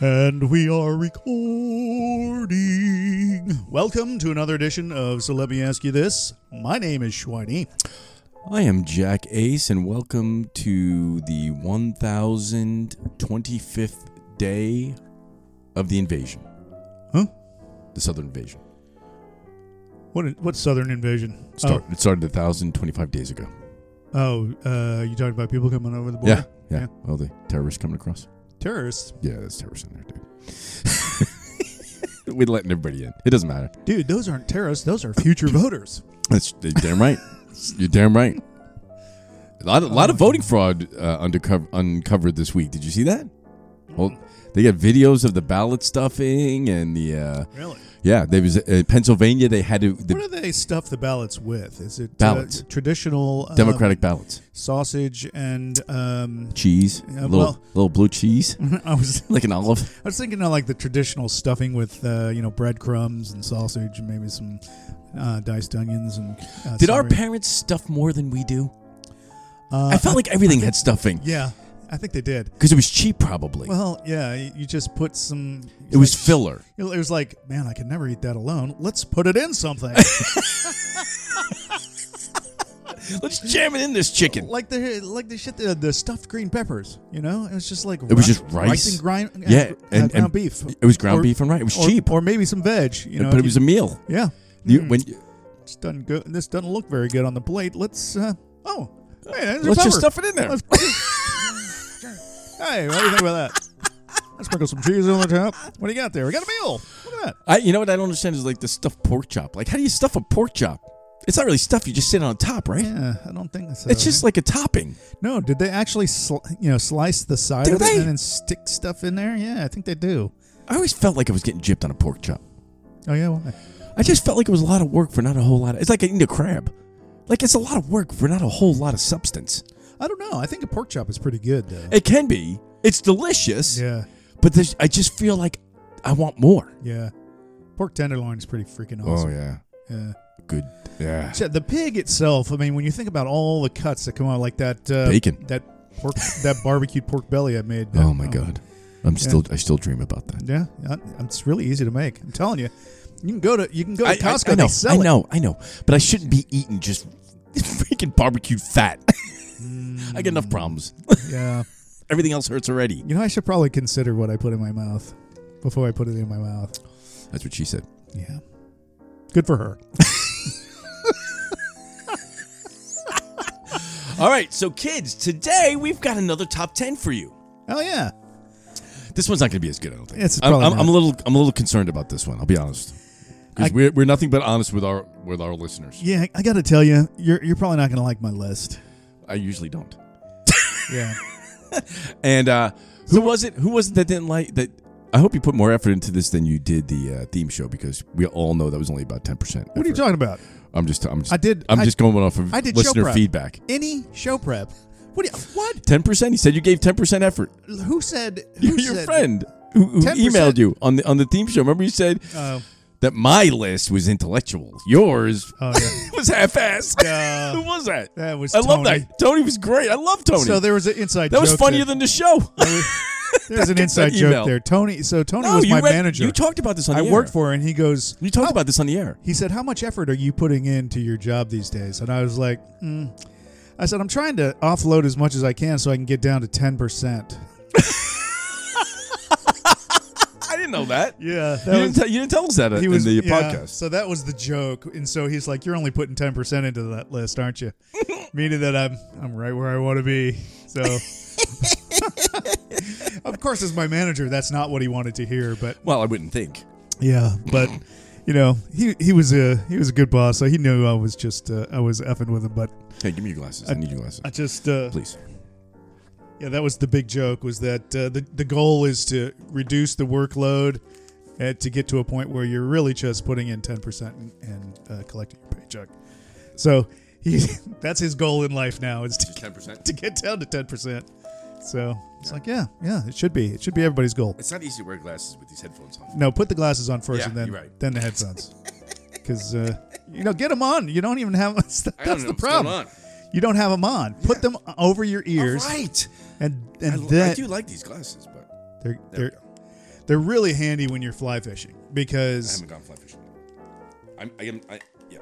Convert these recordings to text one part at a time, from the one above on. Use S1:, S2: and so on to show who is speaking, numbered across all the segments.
S1: And we are recording. Welcome to another edition of So Let Me Ask You This. My name is Schweiny.
S2: I am Jack Ace, and welcome to the 1025th day of the invasion.
S1: Huh?
S2: The Southern invasion.
S1: What what Southern invasion?
S2: It started, it started 1,025 days ago.
S1: Oh, oh uh, you talking about people coming over the
S2: Yeah,
S1: border?
S2: yeah.
S1: Yeah.
S2: All the terrorists coming across.
S1: Terrorists,
S2: Yeah, there's terrorists in there, dude. We're letting everybody in. It doesn't matter.
S1: dude. Those aren't terrorists. Those are future voters.
S2: That's you're damn right. You're damn right. A lot, a lot of voting fraud uh, undercover, uncovered this week. Did you see that? Well, they got videos of the ballot stuffing and the uh,
S1: Really?
S2: yeah. They was in Pennsylvania. They had to
S1: what
S2: the
S1: do they stuff the ballots with? Is it uh,
S2: Ballots.
S1: traditional um,
S2: Democratic ballots,
S1: sausage and um,
S2: cheese,
S1: Yeah,
S2: little
S1: well- Mhm.
S2: little blue cheese,
S1: I was
S2: like an olive.
S1: I was thinking of like the traditional stuffing with uh, you know breadcrumbs and sausage and maybe some uh, diced onions and. Uh,
S2: Did our
S1: celery.
S2: parents stuff more than we do?
S1: Uh,
S2: I felt like everything had stuffing
S1: Yeah, I think they did.
S2: because it was cheap, probably.
S1: Well, yeah, y- you just put some.
S2: it was
S1: like,
S2: filler.
S1: It was like, man, I could never eat that alone. Let's put it in something.
S2: Let's jam it in this chicken.
S1: like the like the shit the, the stuffed green peppers. You know, it was just like
S2: It was
S1: ri-
S2: just rice.
S1: and grind. and
S2: Yeah,
S1: gr-
S2: and-
S1: uh, ground
S2: and
S1: beef.
S2: It was ground
S1: Or-
S2: beef and rice. It was
S1: or-
S2: cheap,
S1: or maybe some veg. You know,
S2: but
S1: if
S2: it was a meal.
S1: you- yeah.
S2: You,
S1: Mm,
S2: when
S1: this doesn't go. This doesn't look very good on the plate. Let's. Uh, oh, hey, there's a
S2: let's just
S1: pepper.
S2: stuff it in there.
S1: Let's- hey, what do you think about that? Let's sprinkle some cheese on the top. What do you got there? We got a meal. Look at that.
S2: I, you know what I don't understand is like the stuffed pork chop. Like, how do you stuff a pork chop? It's not really stuff. You just sit on top, right?
S1: Yeah, I don't think so.
S2: It's just like a topping.
S1: no. Did they actually, sl- you know, slice the side
S2: Do
S1: of it
S2: they?
S1: and then stick stuff in there? Yeah, I think they do.
S2: I always felt like I was getting gypped on a pork chop.
S1: Oh yeah, why?
S2: I just felt like it was a lot of work for not a whole lot. Of, it's like eating a crab. Like it's a lot of work for not a whole lot of substance.
S1: I don't know. I think a pork chop is pretty good though.
S2: It can be. It's delicious.
S1: Yeah,
S2: But there's, I just feel like I want more.
S1: yeah. Pork tenderloin is pretty freaking awesome.
S2: Oh, yeah,
S1: yeah.
S2: good. Yeah.
S1: So the pig itself. I mean, when you think about all the cuts that come out, like that uh,
S2: Bacon.
S1: that pork, that barbecued pork belly I made.
S2: Oh my
S1: um,
S2: god. I'm still. I still dream about that.
S1: Yeah, uh, it's really easy to make. I'm telling you, you can go to you can go to
S2: I, I-
S1: Costco.
S2: I know.
S1: They sell
S2: I
S1: it.
S2: know. I know. But I shouldn't be eating just freaking barbecued fat. I get enough problems.
S1: Yeah,
S2: Everything else hurts already.
S1: you know I should probably consider what I put in my mouth before I put it in my mouth.
S2: That's what she said.
S1: Yeah, good for her.
S2: All right, so kids, today we've got another top ten for you.
S1: Oh yeah,
S2: This one's not going to be as good, I don't think.
S1: It's
S2: I'm,
S1: probably
S2: I'm, I'm a
S1: not.
S2: little, I'm a little concerned about this one. I'll be honest, because
S1: I-
S2: we're, we're nothing but honest with our with our listeners.
S1: yeah. I got to tell you, you're you're probably not gonna like my list.
S2: I usually don't.
S1: Yeah,
S2: And uh, who was it? Who was it that didn't like that? I hope you put more effort into this than you did the uh, theme show because we all know that was only about ten percent.
S1: what are you talking about?
S2: I'm just, I'm just,
S1: I did-
S2: I'm
S1: I-
S2: just going off of
S1: I did show
S2: listener
S1: prep.
S2: feedback.
S1: Any show prep? What? Do you, what?
S2: Ten percent. He said you gave ten percent effort.
S1: Who said? Who
S2: Your
S1: said-
S2: friend who, who
S1: 10%?
S2: emailed you on the on the theme show. Remember you said
S1: Oh,
S2: that my list was intellectual. Yours
S1: oh yeah.
S2: was half-assed.
S1: Yeah.
S2: Who was that?
S1: Um, That was
S2: I love
S1: Tony.
S2: that. Tony was great. I love Tony.
S1: So there was an inside.
S2: that was
S1: joke
S2: funnier
S1: there.
S2: than the show.
S1: There's an inside
S2: that
S1: joke
S2: email.
S1: there. Tony. So Tony
S2: No,
S1: was
S2: you
S1: my
S2: read-
S1: manager.
S2: You talked about this on
S1: I
S2: the air.
S1: worked for, Oh. and he goes.
S2: You talked about this on the air.
S1: He said, "How much effort are you putting into your job these days?" And I was like, mm. "I said I'm trying to offload as much as I can so I can get down to ten percent."
S2: I didn't know that.
S1: Yeah,
S2: you, didn't tell, you didn't tell us that uh, in the
S1: yeah,
S2: podcast.
S1: So that was the joke, and so he's like, "You're only putting ten percent into that list, aren't you?" Meaning that I'm I'm right where I want to be. So. of course, as my manager, that's not what he wanted to hear, but
S2: Well, I wouldn't think.
S1: Yeah, but you know, he he was a he was a good boss, so he knew I was just uh, I was effing with him, but
S2: Hey, give me your glasses. I, need your glasses,
S1: I just uh,
S2: please.
S1: Yeah, that was the big joke. Was that uh, the the goal is to reduce the workload uh, to get to a point where you're really just putting in ten percent and, and uh, collecting your paycheck. So he that's his goal in life now is to,
S2: Ten percent.
S1: to get down to ten percent. So it's like yeah, yeah, it should be it should be everybody's goal.
S2: It's not easy to wear glasses with these headphones on.
S1: No, put the glasses on first
S2: Yeah,
S1: and then
S2: you're right.
S1: then the headphones. Because uh, you know, get them on. You don't even have that's the problem. You don't have them on. Put them over your ears,
S2: Right.
S1: and
S2: I,
S1: and
S2: I
S1: then
S2: do like these glasses, but
S1: they're
S2: there we
S1: they're
S2: go.
S1: they're really handy when you're fly fishing
S2: I
S1: because
S2: haven't gone fly fishing. I'm. I am. I, yeah.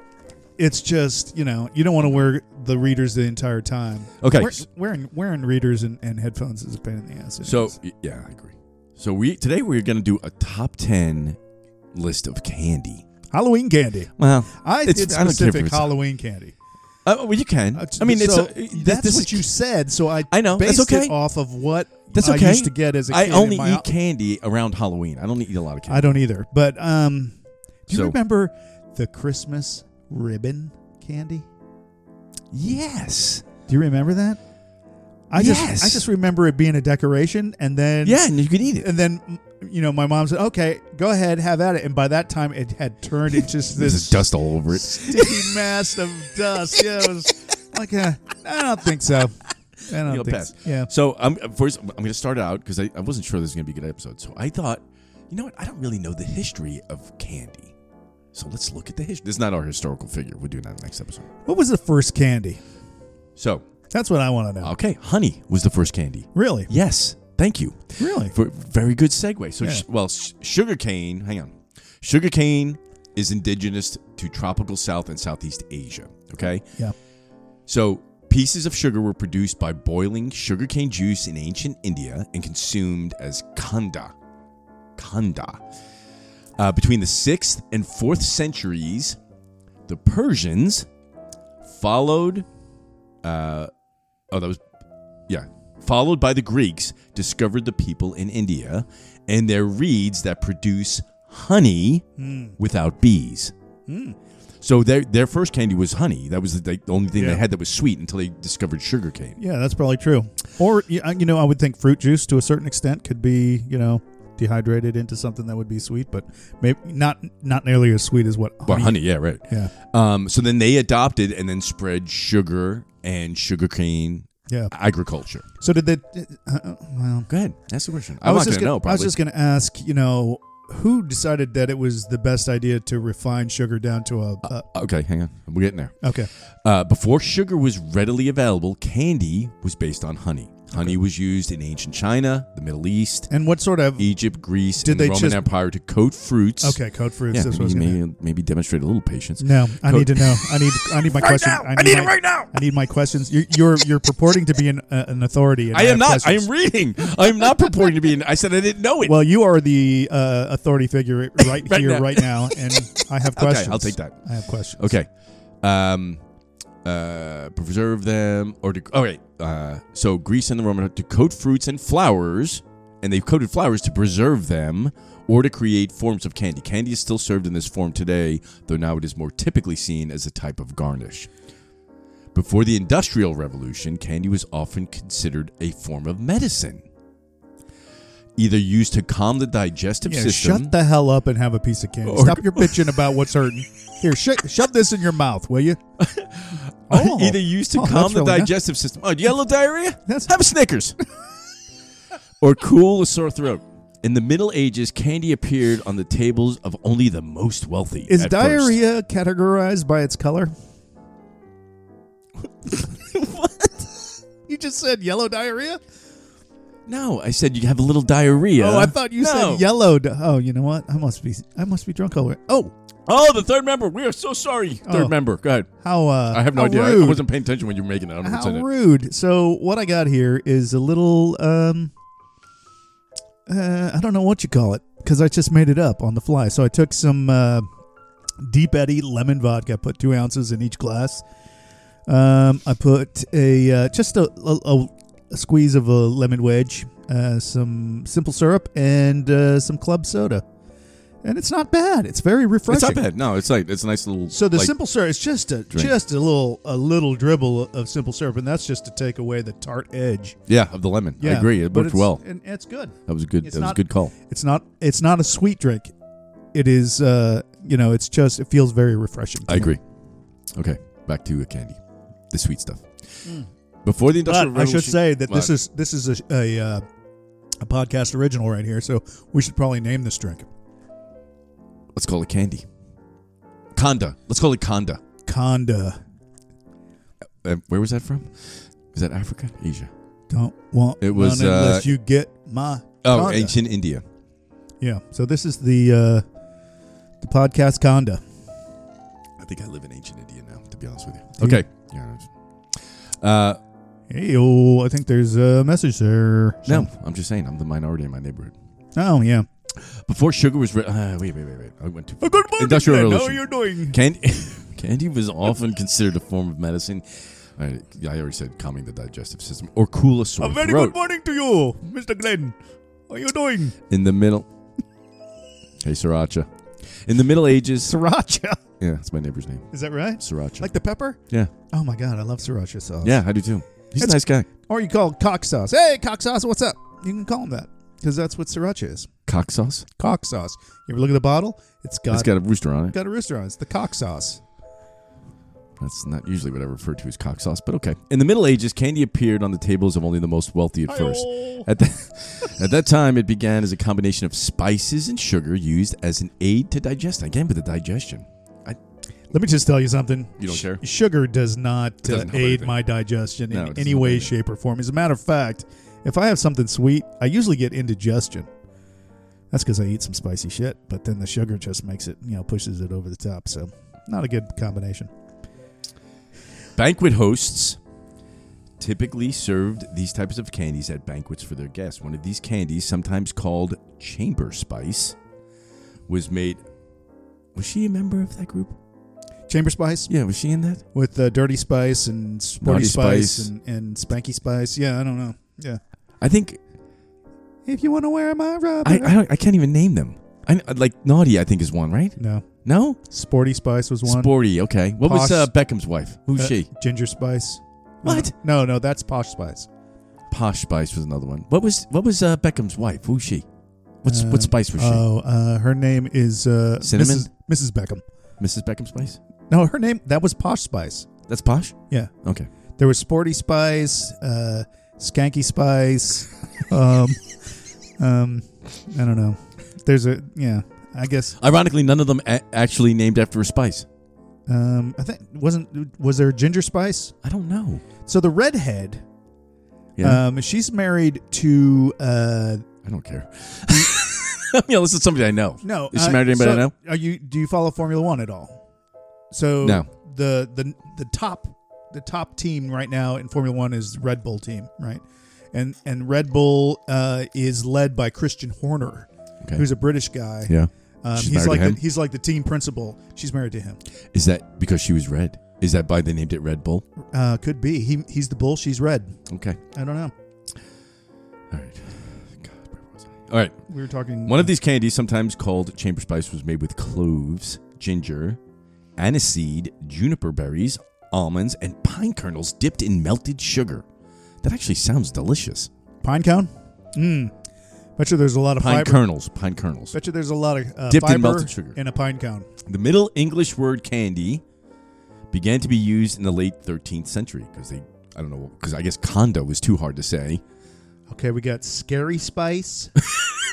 S1: it's just you know you don't want to wear the readers the entire time.
S2: Okay.
S1: Wear- wearing wearing readers and, and headphones is a pain in the ass. It
S2: So
S1: is.
S2: y- yeah, I agree. So we today we're gonna do a top ten list of candy.
S1: Halloween candy.
S2: Well,
S1: I
S2: it's,
S1: did
S2: I don't care if
S1: specific
S2: it's-
S1: Halloween candy.
S2: Uh, well, you can.
S1: Uh,
S2: I mean, it's
S1: so
S2: a, this-
S1: that's
S2: this
S1: what
S2: is-
S1: you said. So I
S2: I know, that's
S1: based
S2: okay.
S1: it off of what
S2: That's
S1: I
S2: okay.
S1: used to get as a kid.
S2: I
S1: in
S2: only
S1: my-
S2: eat candy around Halloween. I don't eat a lot of
S1: I
S2: candy.
S1: don't either. But um, do you
S2: So-
S1: remember the Christmas ribbon candy?
S2: yes.
S1: Do you remember that? I
S2: Yes.
S1: just I just remember it being a decoration, and then
S2: Yeah, and you can eat it.
S1: and then m- you know my mom said, "Okay, go ahead, have at it." And by that time, it had turned into just
S2: There's
S1: this
S2: dust all over it.
S1: sticky mass of dust. Yeah, it was like a, I don't think so. I don't
S2: You'll
S1: think
S2: pass.
S1: so. Yeah,
S2: So I'm uh, first. I'm going to start out because I, I wasn't sure this was going to be a good episode. So I thought, you know what? I don't really know the history of candy. So let's look at the history. This is not our historical figure. We're doing that next episode.
S1: what was the first candy?
S2: So
S1: That's what I want to know.
S2: okay, honey was the first candy.
S1: Really,
S2: Yes, thank you
S1: really.
S2: for very good segue. So
S1: Yeah.
S2: sh- well, sh- sugar cane. Hang on, sugar cane is indigenous to tropical South and Southeast Asia. Okay.
S1: Yeah.
S2: So, pieces of sugar were produced by boiling sugarcane juice in ancient India and consumed as kanda. Kanda. Uh, between the 6th and 4th centuries, the Persians followed, uh, oh, that was, yeah, followed by the Greeks, discovered the people in India and their reeds that produce honey
S1: Hmm.
S2: without bees. So their their first candy was honey. That was the, the only thing
S1: Yeah.
S2: they had that was sweet until they discovered sugar cane.
S1: Yeah, that's probably true. Or y- uh, you know, I would think fruit juice to a certain extent could be you know dehydrated into something that would be sweet, but maybe not not nearly as sweet as what.
S2: Well, honey, yeah, right.
S1: Yeah,
S2: Um, so then they adopted and then spread sugar and sugarcane
S1: yeah.
S2: agriculture.
S1: So did they? Uh, uh, well,
S2: Go ahead, ask the question.
S1: I
S2: I'm
S1: was
S2: not
S1: just
S2: gonna
S1: gonna,
S2: know. Probably.
S1: I was just going to ask. You know, who decided that it was the best idea to refine sugar down to a? Uh,
S2: okay, hang on. We're getting there.
S1: okay,
S2: Uh, before sugar was readily available, candy was based on honey. Honey was used in ancient China, the Middle East,
S1: and what sort of?
S2: Egypt, Greece,
S1: Did
S2: and
S1: they
S2: the Roman
S1: just-
S2: Empire to coat fruits.
S1: Okay, code fruits.
S2: Yeah,
S1: that's what I was
S2: maybe,
S1: gonna-
S2: maybe, maybe demonstrate a little patience.
S1: No, I
S2: Code-
S1: need to know. I need. I need my question.
S2: now! I need it
S1: my-
S2: right now!
S1: I need my questions. You're you're, you're purporting to be an, uh, an authority. and
S2: I am
S1: have
S2: not.
S1: questions.
S2: I am reading. I am not purporting to be. An, I said I didn't know it.
S1: Well, you are the uh, authority figure right,
S2: Right
S1: here,
S2: now.
S1: right now, and I have
S2: Okay, I'll
S1: questions.
S2: take that.
S1: I have questions.
S2: okay. Um, uh, preserve them or to, all right. Uh, so Greece and the Roman to coat fruits and flowers, and they've coated flowers to preserve them or to create forms of candy. Candy is still served in this form today, though now it is more typically seen as a type of garnish. Before the Industrial Revolution, candy was often considered a form of medicine, either used to calm the digestive
S1: Yeah,
S2: system.
S1: shut the hell up and have a piece of candy.
S2: Or-
S1: Stop your bitching about what's hurting. Here, sh- shove this in your mouth, will you? Oh.
S2: either used to
S1: Oh,
S2: calm
S1: that's
S2: the
S1: really nice.
S2: digestive system. Oh, do you got a little diarrhea?
S1: That's-
S2: Have a Snickers. or cool a sore throat. In the Middle Ages, candy appeared on the tables of only the most wealthy.
S1: Is
S2: at first.
S1: diarrhea categorized by its color? You just said yellow diarrhea?
S2: No, I said you have a little diarrhea.
S1: Oh, I thought you
S2: No.
S1: said yellow. Di- oh, you know what? I must be I must be drunk over. Oh,
S2: Oh, the third member. We are so sorry. Third
S1: Oh.
S2: member. Go ahead.
S1: how uh
S2: I have no
S1: how
S2: idea. I-
S1: Rude.
S2: I wasn't paying attention when you were making it. I don't know
S1: How
S2: what's in it.
S1: rude. So what I got here is a little um uh, I don't know what you call it cuz I just made it up on the fly. So I took some uh, Deep Eddy lemon vodka, put 2 ounces in each glass. Um, I put a uh, just a, a, a squeeze of a lemon wedge, uh, some simple syrup and uh, some club soda. and it's not bad. It's very refreshing.
S2: It's not bad. No, it's like it's a nice little.
S1: So the
S2: like,
S1: simple syrup, it's just a
S2: drink.
S1: just a little a little dribble of simple syrup, and that's just to take away the tart edge.
S2: yeah of the lemon.
S1: Yeah,
S2: I agree. It
S1: but
S2: worked
S1: it's-
S2: well.
S1: and it's good.
S2: That was a good.
S1: it's
S2: That was a
S1: not-
S2: good call.
S1: It's not it's not a sweet drink. It is uh you know it's just it feels very refreshing. to
S2: I
S1: me.
S2: agree. Okay, back to the candy, the sweet stuff. Before the industrial
S1: Mm. But I should
S2: Revolution-
S1: say that this
S2: What?
S1: is this is a a, uh, a podcast original right here, so we should probably name this drink
S2: let's call it candy. Conda. Let's call it conda.
S1: Conda.
S2: Uh, where was that from? Was that Africa? Asia?
S1: Don't want
S2: It was,
S1: none
S2: uh,
S1: unless you get my
S2: Oh,
S1: Conda.
S2: ancient India.
S1: yeah. So this is the uh, the podcast Conda.
S2: I think I live in ancient India now. To be honest with you.
S1: Do you-
S2: Okay. Yeah. Uh,
S1: Hey, oh, I think there's a message there.
S2: no, I'm just saying I'm the minority in my neighborhood.
S1: Oh yeah.
S2: Before sugar was writ- uh, wait, wait, wait, wait. I went too far.
S1: good
S2: morning, Industrial Ken. How Revolution. are
S1: you doing?
S2: Candy, candy was often considered a form of medicine. I, yeah, I already said calming the digestive system or cool a sore throat.
S1: morning to you, Mr. Glenn. How are you doing?
S2: in the middle. Hey, sriracha. In the Middle Ages,
S1: Sriracha.
S2: yeah, that's my neighbor's name,
S1: Is that right?
S2: sriracha.
S1: Like the pepper?
S2: yeah,
S1: Oh my god, I love sriracha sauce.
S2: yeah, I do too. He's a
S1: That's-
S2: nice guy.
S1: Or you call it cock sauce. Hey, cock sauce, what's up? You can call them that because that's what sriracha is.
S2: Cock sauce.
S1: Cock sauce. You ever look at the bottle? It's got,
S2: it's got a rooster on it.
S1: got a rooster on it. It's the cock sauce.
S2: That's not usually what I refer to as cock sauce, but okay. In the Middle Ages, candy appeared on the tables of only the most wealthy at first. At, the, at that time, it began as a combination of spices and sugar used as an aid to digestion. Again, with the digestion.
S1: Let me just tell you something.
S2: You don't care?
S1: Sugar does not uh,
S2: doesn't help
S1: aid
S2: anything.
S1: my digestion
S2: No, it
S1: in
S2: doesn't
S1: any
S2: help
S1: way,
S2: anything.
S1: shape, or form. As a matter of fact, if I have something sweet, I usually get indigestion. That's because I eat some spicy shit, but then the sugar just makes it, you know, pushes it over the top. So, not a good combination.
S2: Banquet hosts typically served these types of candies at banquets for their guests. One of these candies, sometimes called chamber spice, was made. Was she a member of that group?
S1: Chamber spice
S2: Yeah, was she in that?
S1: with uh, dirty spice and sporty
S2: Naughty
S1: spice,
S2: spice.
S1: And, and spanky spice. Yeah, I don't know. Yeah.
S2: I think
S1: If you want to wear my rubber.
S2: I I, don't, I can't even name them. I like naughty. I think is one, right?
S1: no.
S2: No,
S1: Sporty spice was one.
S2: sporty. Okay, what was
S1: Posh.
S2: uh, Beckham's wife? Who's
S1: Uh,
S2: she?
S1: Ginger spice.
S2: What?
S1: No, no, that's posh spice.
S2: Posh Spice was another one. What was what was uh, Beckham's wife? Who's she? What's
S1: Uh,
S2: what spice was she?
S1: Oh, uh, her name is uh,
S2: Cinnamon?
S1: Mrs. Mrs. Beckham.
S2: Mrs. Beckham Spice.
S1: No, her name that was posh spice.
S2: That's posh.
S1: Yeah,
S2: Okay.
S1: there was sporty spice, uh, skanky spice. um, um, I don't know. There's a yeah. I guess
S2: Ironically, none of them a- actually named after a spice.
S1: um, I think wasn't was there ginger spice?
S2: I don't know.
S1: So the redhead,
S2: Yeah,
S1: um, she's married to uh,
S2: I don't care. yeah, this is somebody I know.
S1: no.
S2: Is she
S1: uh,
S2: married to anybody I
S1: so
S2: know?
S1: Are you? Do you follow Formula One at all? So
S2: No.
S1: the the the top the top team right now in Formula One is Red Bull team, right? And and Red Bull uh, is led by Christian Horner,
S2: Okay.
S1: who's a British guy.
S2: yeah,
S1: Um,
S2: She's
S1: he's
S2: married to
S1: like
S2: him?
S1: The, he's like the team principal. She's married to him.
S2: is that because she was red? Is that why they named it Red Bull?
S1: Uh, could be he he's the bull. She's red.
S2: Okay.
S1: I don't know.
S2: All right. God, where was I? All right.
S1: We were talking
S2: One of these candies, sometimes called chamber spice, was made with cloves, ginger, aniseed, juniper berries, almonds, and pine kernels dipped in melted sugar. That actually sounds delicious.
S1: pine cone. Mm. Bet you there's a lot of
S2: Pine
S1: fiber.
S2: kernels, pine kernels.
S1: Bet you there's a lot of uh,
S2: Dipped in
S1: fiber
S2: melted sugar.
S1: in a pine cone.
S2: The Middle English word candy began to be used in the late 13th century because they, I don't know, because I guess condo was too hard to say.
S1: Okay, we got scary spice,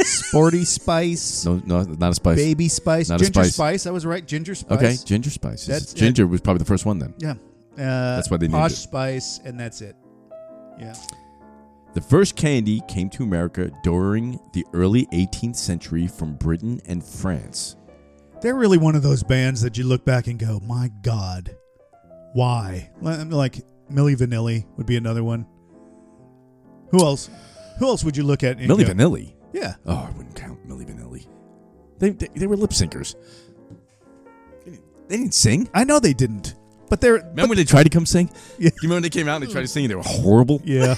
S1: sporty spice,
S2: No, no not a spice.
S1: baby spice,
S2: Not a
S1: ginger
S2: spice.
S1: spice. I was right, ginger spice.
S2: okay, ginger spice.
S1: That's-
S2: ginger was probably the first one then.
S1: Yeah. Uh,
S2: That's why they named
S1: posh
S2: it.
S1: spice, and that's it. Yeah.
S2: The first candy came to America during the early 18th century from Britain and France.
S1: They're really one of those bands that you look back and go, my God, why? Li- I mean, Like Millie Vanilli would be another one. Who else? Who else would you look at? And
S2: Milli
S1: go-
S2: Vanilli.
S1: Yeah.
S2: Oh, I wouldn't count Milli Vanilli. They, they, they were lip syncers. They didn't- They didn't sing.
S1: I know they didn't, but they're.
S2: Remember when they tried to come sing?
S1: Yeah.
S2: You remember when they came out and they tried to sing and they were horrible?
S1: Yeah.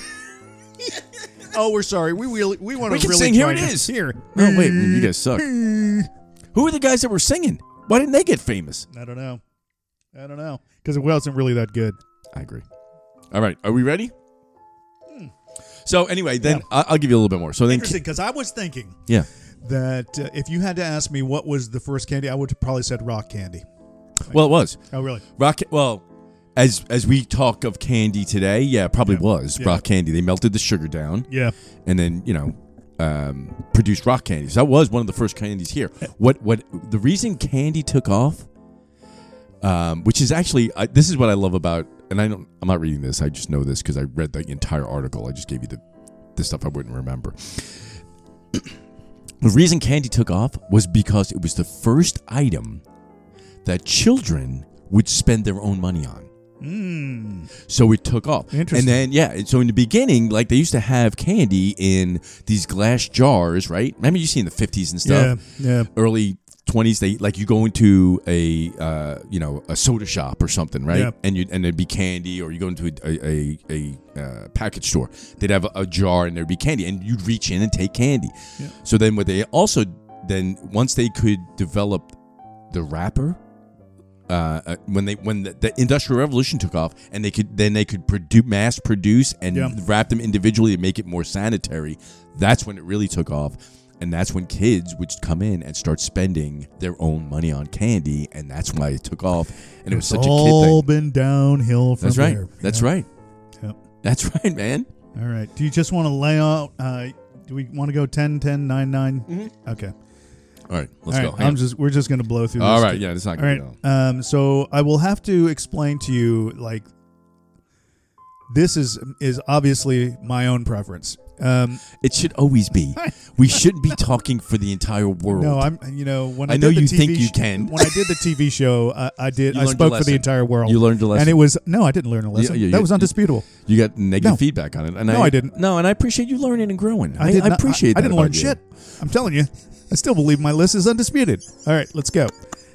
S1: oh, we're sorry. We really, we want
S2: We
S1: to
S2: can
S1: really
S2: sing. Here
S1: try
S2: it
S1: to-
S2: is.
S1: Here.
S2: No, wait, you guys suck. Who are the guys that were singing? Why didn't they get famous?
S1: I don't know. I don't know because it wasn't really that good.
S2: I agree. All right, are we ready? So anyway, then I- I'll give you a little bit more. So then,
S1: Hmm. Interesting because I was thinking
S2: yeah,
S1: that uh, if you had to ask me what was the first candy, I would have probably said rock candy.
S2: well, it was
S1: Oh, really?
S2: rock. Well, as as we talk of candy today, yeah, it probably was
S1: Yeah.
S2: rock candy. They melted the sugar down,
S1: Yeah.
S2: and then you know um, produced rock candies. That was one of the first candies here. What what the reason candy took off, um, which is actually I, this is what I love about, and I don't I'm not reading this. I just know this because I read the entire article. I just gave you the the stuff I wouldn't remember. the reason candy took off was because it was the first item that children would spend their own money on.
S1: Mm.
S2: So it took off.
S1: Interesting.
S2: And then, yeah, and so in the beginning, like they used to have candy in these glass jars, right? Remember you see in the 50s and
S1: Yeah.
S2: stuff?
S1: Yeah.
S2: Early 20s, they like you go into a, uh, you know, a soda shop or something, right?
S1: Yeah.
S2: And you and there'd be candy, or you go into a, a, a, uh, package store, they'd have a, a jar and there'd be candy, and you'd reach in and take candy.
S1: Yeah.
S2: So then, what they also, then once they could develop the wrapper, uh, uh, when they when the, the industrial revolution took off and they could then they could produce mass produce and
S1: Yeah.
S2: wrap them individually to make it more sanitary that's when it really took off and that's when kids would come in and start spending their own money on candy and that's why it took off and it was
S1: It's
S2: such a kid
S1: all
S2: thing
S1: been downhill from
S2: that's right
S1: there.
S2: that's
S1: Yeah.
S2: right
S1: Yeah.
S2: that's right man
S1: All right. Do you just want to lay out? Uh, do we want to go 10, 10, 9, 9? Okay.
S2: all right Mm-hmm. let's
S1: All
S2: go
S1: right, I'm
S2: Hang on.
S1: just, we're just going to blow through this.
S2: all right
S1: too.
S2: yeah it's not
S1: All
S2: gonna
S1: right.
S2: go
S1: Um, so I will have to explain to you like this is is obviously my own preference. Um,
S2: it should always be we shouldn't be talking for the entire world
S1: no, I'm you know when I,
S2: I know
S1: did the
S2: you
S1: TV
S2: think you
S1: sh-
S2: can.
S1: when I did the TV show, I, I did
S2: You
S1: I
S2: learned a
S1: spoke for the
S2: lesson.
S1: entire world.
S2: You learned a lesson.
S1: and it was no, I didn't learn a lesson.
S2: yeah,
S1: that
S2: you-
S1: was undisputable.
S2: You got negative
S1: No.
S2: feedback on it. And
S1: No, I didn't.
S2: No, and I appreciate you learning and growing. I,
S1: did
S2: I
S1: not-
S2: appreciate
S1: I,
S2: that.
S1: didn't
S2: about
S1: learn
S2: you.
S1: shit. I'm telling you, I still believe my list is undisputed. All right, let's go.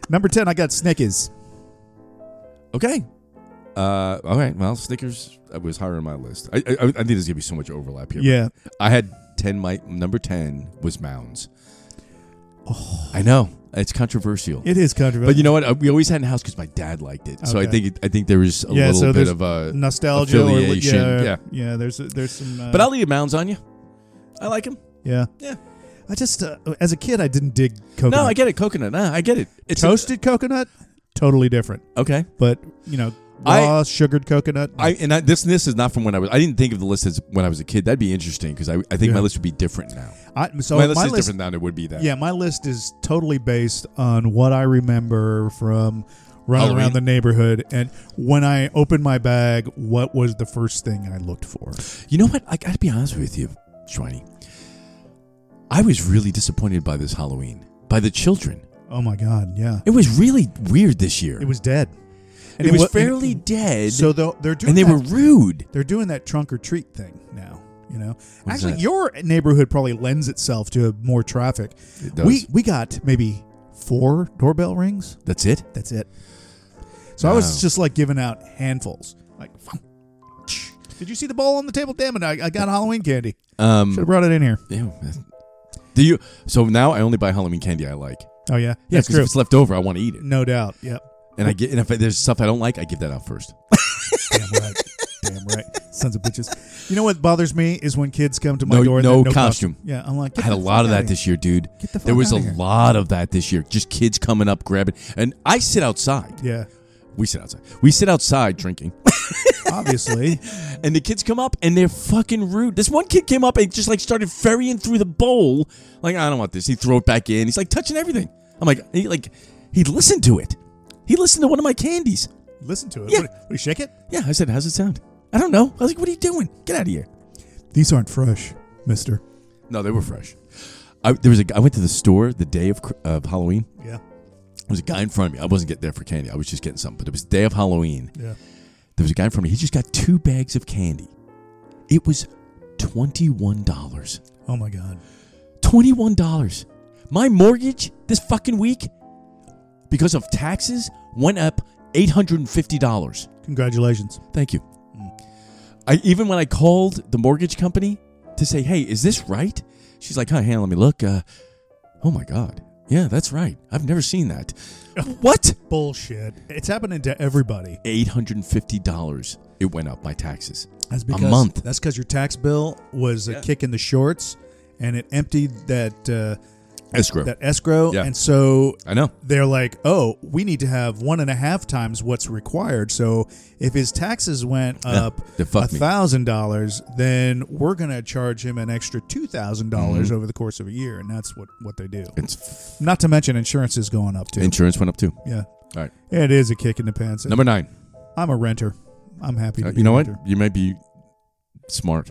S1: Number ten, I got Snickers.
S2: Okay. Uh, all right. Well, Snickers uh, was higher on my list. I, I, I think there's gonna be so much overlap here.
S1: Yeah,
S2: I had ten. My number ten was Mounds. Oh. I know it's controversial,
S1: it is controversial.
S2: but you know what? Uh, We always had in house because my dad liked it. So I
S1: Okay.
S2: think it, I think there is a
S1: Yeah,
S2: little
S1: so
S2: bit
S1: there's
S2: of a.
S1: nostalgia or
S2: affiliation,
S1: yeah, yeah
S2: yeah.
S1: there's there's some uh,
S2: But I'll leave Mounds on you. I like him.
S1: yeah
S2: Yeah.
S1: I just uh, as a kid I didn't dig coconut
S2: No, I get it. Coconut. Nah, I get it. It's a-
S1: toasted coconut totally different
S2: okay.
S1: but you know
S2: I-
S1: raw sugared coconut
S2: I and I, this this is not from when I was. I didn't think of the list as when I was a kid. That'd be interesting because I, I think
S1: Yeah.
S2: my list would be different now.
S1: I- so
S2: my list is different now. than It would be that.
S1: yeah my list is totally based on what I remember from running
S2: Halloween.
S1: around the neighborhood and when I opened my bag what was the first thing I looked for
S2: You know what? I got to be honest with you, Shwani. I was really disappointed by this Halloween by the children.
S1: oh my god yeah
S2: It was really weird this year.
S1: it was dead
S2: And it was
S1: wa-
S2: fairly dead.
S1: so they're, they're doing
S2: and they
S1: that-
S2: were rude.
S1: they're doing that trunk or treat thing now. You know,
S2: What's
S1: actually,
S2: that?
S1: your neighborhood probably lends itself to more traffic.
S2: It does.
S1: We we got maybe four doorbell rings.
S2: That's it.
S1: That's it. So I was
S2: Wow.
S1: just like giving out handfuls. Like, did you see the bowl on the table? Damn it! I, I got Halloween candy.
S2: Um.
S1: Should have brought it in here.
S2: yeah, that's- Do you? So now I only buy Halloween candy I like.
S1: Oh yeah,
S2: Yeah,
S1: that's
S2: because if
S1: true.
S2: it's left over, I want to eat it.
S1: No doubt. Yep.
S2: And I get. And if there's stuff I don't like, I give that out first.
S1: Damn right. Damn right. Sons of bitches. You know what bothers me is when kids come to my
S2: No-
S1: door. and they
S2: no
S1: have no
S2: costume.
S1: Yeah, I'm like,
S2: I had a lot of that this year, dude.
S1: Get the fuck
S2: there was a
S1: outta here.
S2: lot of that this year. Just kids coming up, grabbing. And I sit outside.
S1: Yeah,
S2: We sit outside. We sit outside drinking.
S1: obviously.
S2: and the kids come up and they're fucking rude. This one kid came up and just like started ferrying through the bowl. Like, I don't want this. He throw it back in. He's like touching everything. I'm like, he like he listened to it. He listened to one of my candies.
S1: Listen to it.
S2: Yeah.
S1: What, what, do you shake it?
S2: Yeah, I said, how's it sound? I don't know. I was like, what are you doing? Get out of here.
S1: These aren't fresh, mister.
S2: No, they were fresh. I, there was a, g- I went to the store the day of, cr- of Halloween.
S1: Yeah.
S2: There was a guy in front of me. I wasn't getting there for candy. I was just getting something. But it was the day of Halloween.
S1: Yeah.
S2: There was a guy in front of me. He just got two bags of candy. It was twenty-one dollars.
S1: Oh my god.
S2: Twenty-one dollars. My mortgage this fucking week, because of taxes, went up eight hundred and fifty dollars.
S1: Congratulations.
S2: Thank you. I even when I called the mortgage company to say, "Hey, is this right?" She's like, "Huh, hang on, let me look." Uh, oh my god, Yeah, that's right. I've never seen that. what?
S1: Bullshit. It's happening to everybody.
S2: $850 it went up by taxes.
S1: That's
S2: A month.
S1: That's because your tax bill was a kick in the shorts, and it emptied that uh,
S2: Escrow.
S1: that escrow,
S2: Yeah.
S1: and so
S2: I know.
S1: they're like, "Oh, we need to have one and a half times what's required." So if his taxes went up
S2: they fucked me.
S1: thousand dollars, then we're gonna charge him an extra two
S2: Mm-hmm.
S1: dollars over the course of a year, and that's what what they do.
S2: It's
S1: Not to mention insurance is going up too.
S2: insurance went up too.
S1: yeah,
S2: All right.
S1: it is a kick in the pants.
S2: Number 9.
S1: I'm a renter. I'm happy. To
S2: Uh,
S1: be
S2: you know
S1: a
S2: what?
S1: renter.
S2: You might be smart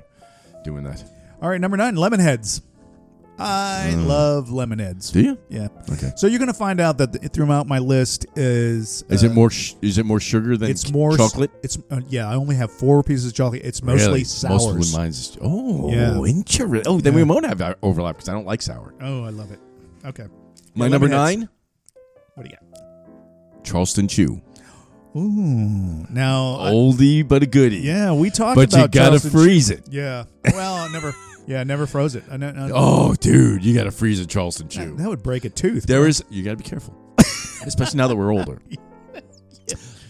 S2: doing that.
S1: All right, number nine, lemonheads. I
S2: Mm.
S1: love lemonheads.
S2: Do you?
S1: Yeah.
S2: Okay.
S1: So you're gonna find out that th- throughout my list is
S2: Is
S1: uh,
S2: it more sh- is it more sugar than
S1: It's more s-
S2: chocolate?
S1: It's uh, yeah. I only have four pieces of chocolate. It's mostly
S2: Really?
S1: sours.
S2: Most of mine's oh,
S1: Yeah.
S2: interesting. Oh, then
S1: Yeah.
S2: we won't have our overlap because I don't like sour.
S1: oh, I love it. Okay.
S2: My
S1: Yeah,
S2: number
S1: lemonheads.
S2: nine,
S1: What do you got?
S2: Charleston Chew,
S1: Ooh. Now, I-
S2: oldie but a goodie.
S1: yeah, we talked
S2: Oh. but
S1: about
S2: you gotta
S1: Charleston-
S2: freeze it.
S1: Yeah. Well, I never. Yeah, I never froze it. I ne- I-
S2: Oh, dude, you gotta freeze a Charleston Chew.
S1: that, that would break a tooth.
S2: There is you gotta be careful, especially now that we're older.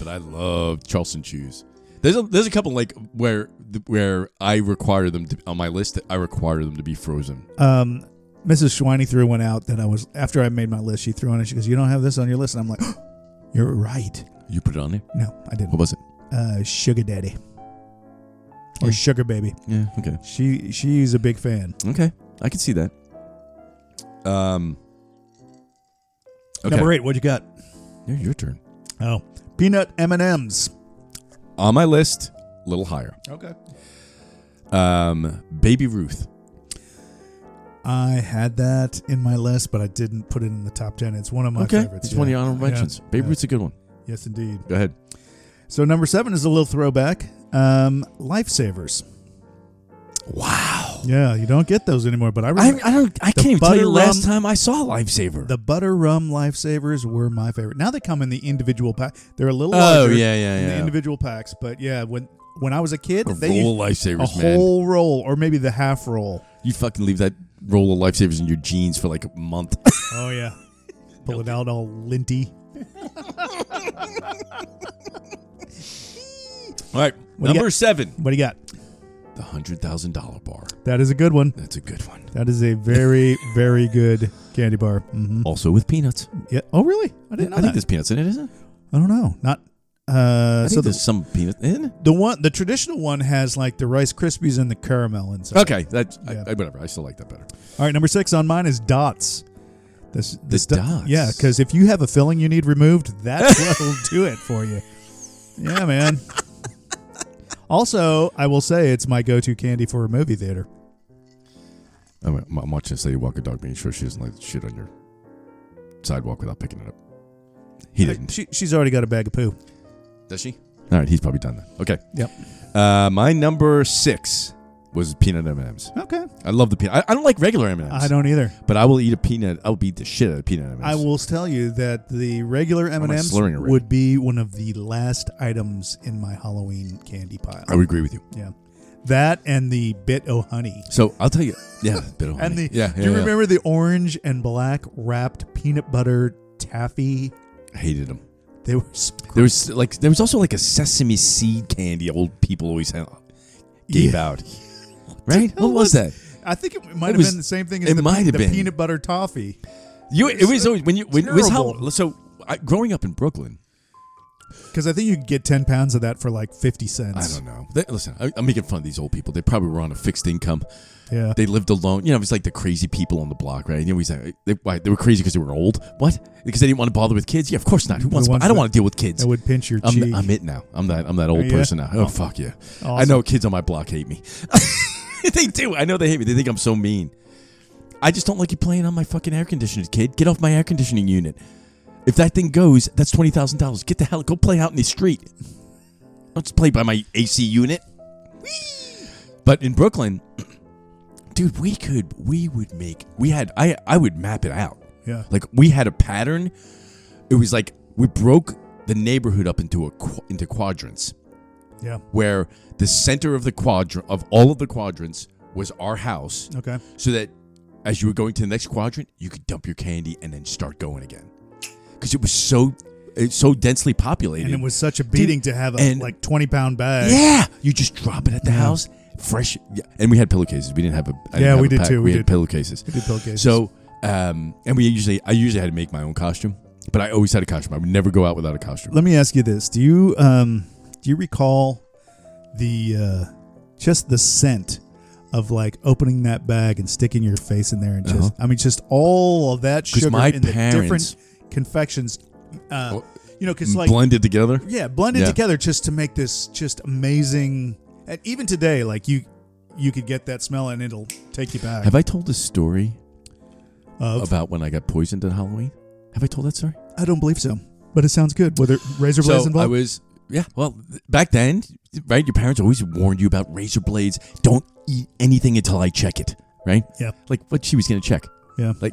S2: But I love Charleston Chews. There's a, there's a couple like where where I require them to, on my list. I require them to be frozen.
S1: um, Mrs. Schwiney threw one out that I was after I made my list. She threw on it. She goes, "You don't have this on your list," and I'm like, "You're right."
S2: You put it on there.
S1: No, I didn't.
S2: What was it?
S1: Uh, sugar daddy or
S2: Yeah.
S1: sugar baby.
S2: Yeah. Okay.
S1: She she's a big fan.
S2: Okay. I can see that. Um. Okay.
S1: Number eight. What you got?
S2: Yeah, your turn.
S1: Oh, peanut M and M's.
S2: On my list, a little higher.
S1: Okay.
S2: Um, Baby Ruth.
S1: I had that in my list, but I didn't put it in the top ten. It's one of my
S2: okay,
S1: favorites.
S2: it's one of
S1: yeah.
S2: your honorable
S1: Yeah.
S2: mentions. Baby
S1: Yeah.
S2: Ruth's a good one.
S1: Yes, indeed.
S2: Go ahead.
S1: So number seven is a little throwback. Um, lifesavers.
S2: Wow.
S1: Yeah, you don't get those anymore. But I
S2: I,
S1: remember
S2: I don't. I
S1: The
S2: can't even tell
S1: butter
S2: you last
S1: rum-
S2: time I saw Lifesaver.
S1: the butter rum lifesavers were my favorite. Now they come in the individual pack. They're a little
S2: oh
S1: larger
S2: yeah, yeah,
S1: in the
S2: yeah.
S1: individual packs. But yeah, when when I was a kid,
S2: A
S1: they
S2: roll
S1: used
S2: of
S1: a
S2: Lifesavers, man.
S1: whole roll or maybe the half roll.
S2: You fucking leave that roll of Lifesavers in your jeans for like a month.
S1: Oh yeah, pull it out all linty.
S2: All right,
S1: What do you
S2: number
S1: got?
S2: seven,
S1: What do you got?
S2: the hundred thousand dollar bar.
S1: That is a good one.
S2: That's a good one.
S1: That is a very, very good candy bar. Mm-hmm.
S2: Also with peanuts.
S1: Yeah. Oh, really? I didn't know
S2: I
S1: that.
S2: think there's peanuts in it, isn't it?
S1: I don't know. Not. Uh,
S2: I
S1: so
S2: think
S1: the,
S2: there's some peanut in it.
S1: the one, the traditional one has like the Rice Krispies and the caramel inside.
S2: Okay, that I-
S1: Yeah.
S2: I, whatever. I still like that better.
S1: All right, number six on mine is dots. This, this
S2: The
S1: dot-
S2: dots.
S1: Yeah, because if you have a filling you need removed, that's what'll do it for you. Yeah, man. Also, I will say it's my go-to candy for a movie theater.
S2: I'm, I'm watching this lady walk a dog, making sure she doesn't like shit on your sidewalk without picking it up. He didn't.
S1: She, she's already got a bag of poo.
S2: Does she? All right, he's probably done that. Okay.
S1: Yep.
S2: Uh, my number six was peanut M&Ms.
S1: Okay.
S2: I love the peanut. I, I don't like regular M&Ms.
S1: I don't either.
S2: But I will eat a peanut. I'll beat the shit out of peanut M&Ms.
S1: I will tell you that the regular M and M's
S2: slurring already?
S1: would be one of the last items in my Halloween candy pile.
S2: I would agree with you.
S1: Yeah, that and the bit o' honey.
S2: So I'll tell you. Yeah. Bit of
S1: And
S2: honey.
S1: the
S2: yeah,
S1: do
S2: yeah,
S1: you
S2: yeah.
S1: remember the orange and black wrapped peanut butter taffy?
S2: I hated them.
S1: They were so
S2: There was like there was also like a sesame seed candy old people always had, gave
S1: Yeah.
S2: out. Right?
S1: hell
S2: What
S1: was-
S2: was that?
S1: I think it
S2: It
S1: might have
S2: was-
S1: been the same thing as
S2: it
S1: the, pe-
S2: might have
S1: the
S2: been.
S1: peanut butter toffee.
S2: You it was always when you when it was how
S1: terrible.
S2: so I, growing up in Brooklyn.
S1: Because I think you could get ten pounds of that for like fifty cents.
S2: I don't know. They- listen, I, I'm making fun of these old people. They probably were on a fixed income.
S1: Yeah,
S2: They lived alone. You know, it was like the crazy people on the block, right? You know, we say they, why, they were crazy because they were old. What? Because they didn't want to bother with kids. Yeah, of course not. Who
S1: The
S2: wants?
S1: ones
S2: I don't
S1: that-
S2: want to deal with kids.
S1: that would pinch your
S2: I'm,
S1: cheek.
S2: I'm it now. I'm that. I'm that old
S1: Yeah.
S2: person now. Oh, fuck yeah! I
S1: Awesome.
S2: know kids on my block hate me. they do. I know they hate me. They think I'm so mean. I just don't like you playing on my fucking air conditioner, kid. Get off my air conditioning unit. If that thing goes, that's twenty thousand dollars. Get the hell. Go play out in the street. Don't just play by my AC unit. But in Brooklyn, dude, we could. We would make. We had. I. I would map it out.
S1: Yeah,
S2: Like we had a pattern. It was like we broke the neighborhood up into a qu- into quadrants
S1: yeah.
S2: where the center of the quadrant of all of the quadrants was our house
S1: Okay.
S2: so that as you were going to the next quadrant, you could dump your candy and then start going again. Because it was so it's so densely populated.
S1: And it was such a beating to have a
S2: and-
S1: like twenty pound bag.
S2: Yeah, you just drop it at the house, fresh. Yeah. And we had pillowcases. We didn't have a. I didn't
S1: Yeah,
S2: have
S1: we
S2: a
S1: did
S2: pack.
S1: too.
S2: We,
S1: We
S2: had
S1: did.
S2: pillowcases.
S1: We did pillowcases.
S2: So, um, and we usually, I usually had to make my own costume, but I always had a costume. I would never go out without a costume.
S1: Let me ask you this: Do you um, do you recall the uh, just the scent of like opening that bag and sticking your face in there and just I mean just all of that
S2: Uh-huh. 'Cause
S1: sugar
S2: my
S1: and the
S2: parents-
S1: different confections, uh,
S2: Well,
S1: you know, because like
S2: blended together.
S1: yeah, blended
S2: Yeah.
S1: together just to make this just amazing. And even today, like you, you could get that smell and it'll take you back.
S2: Have I told the story
S1: of,
S2: about when I got poisoned at Halloween? Have I told that story?
S1: I don't believe so, but it sounds good. Whether razor blades
S2: so I
S1: involved,
S2: was, yeah. Well, th- back then, right? Your parents always warned you about razor blades. Don't eat anything until I check it. Right?
S1: Yep.
S2: Like what she was gonna check.
S1: yeah.
S2: Like,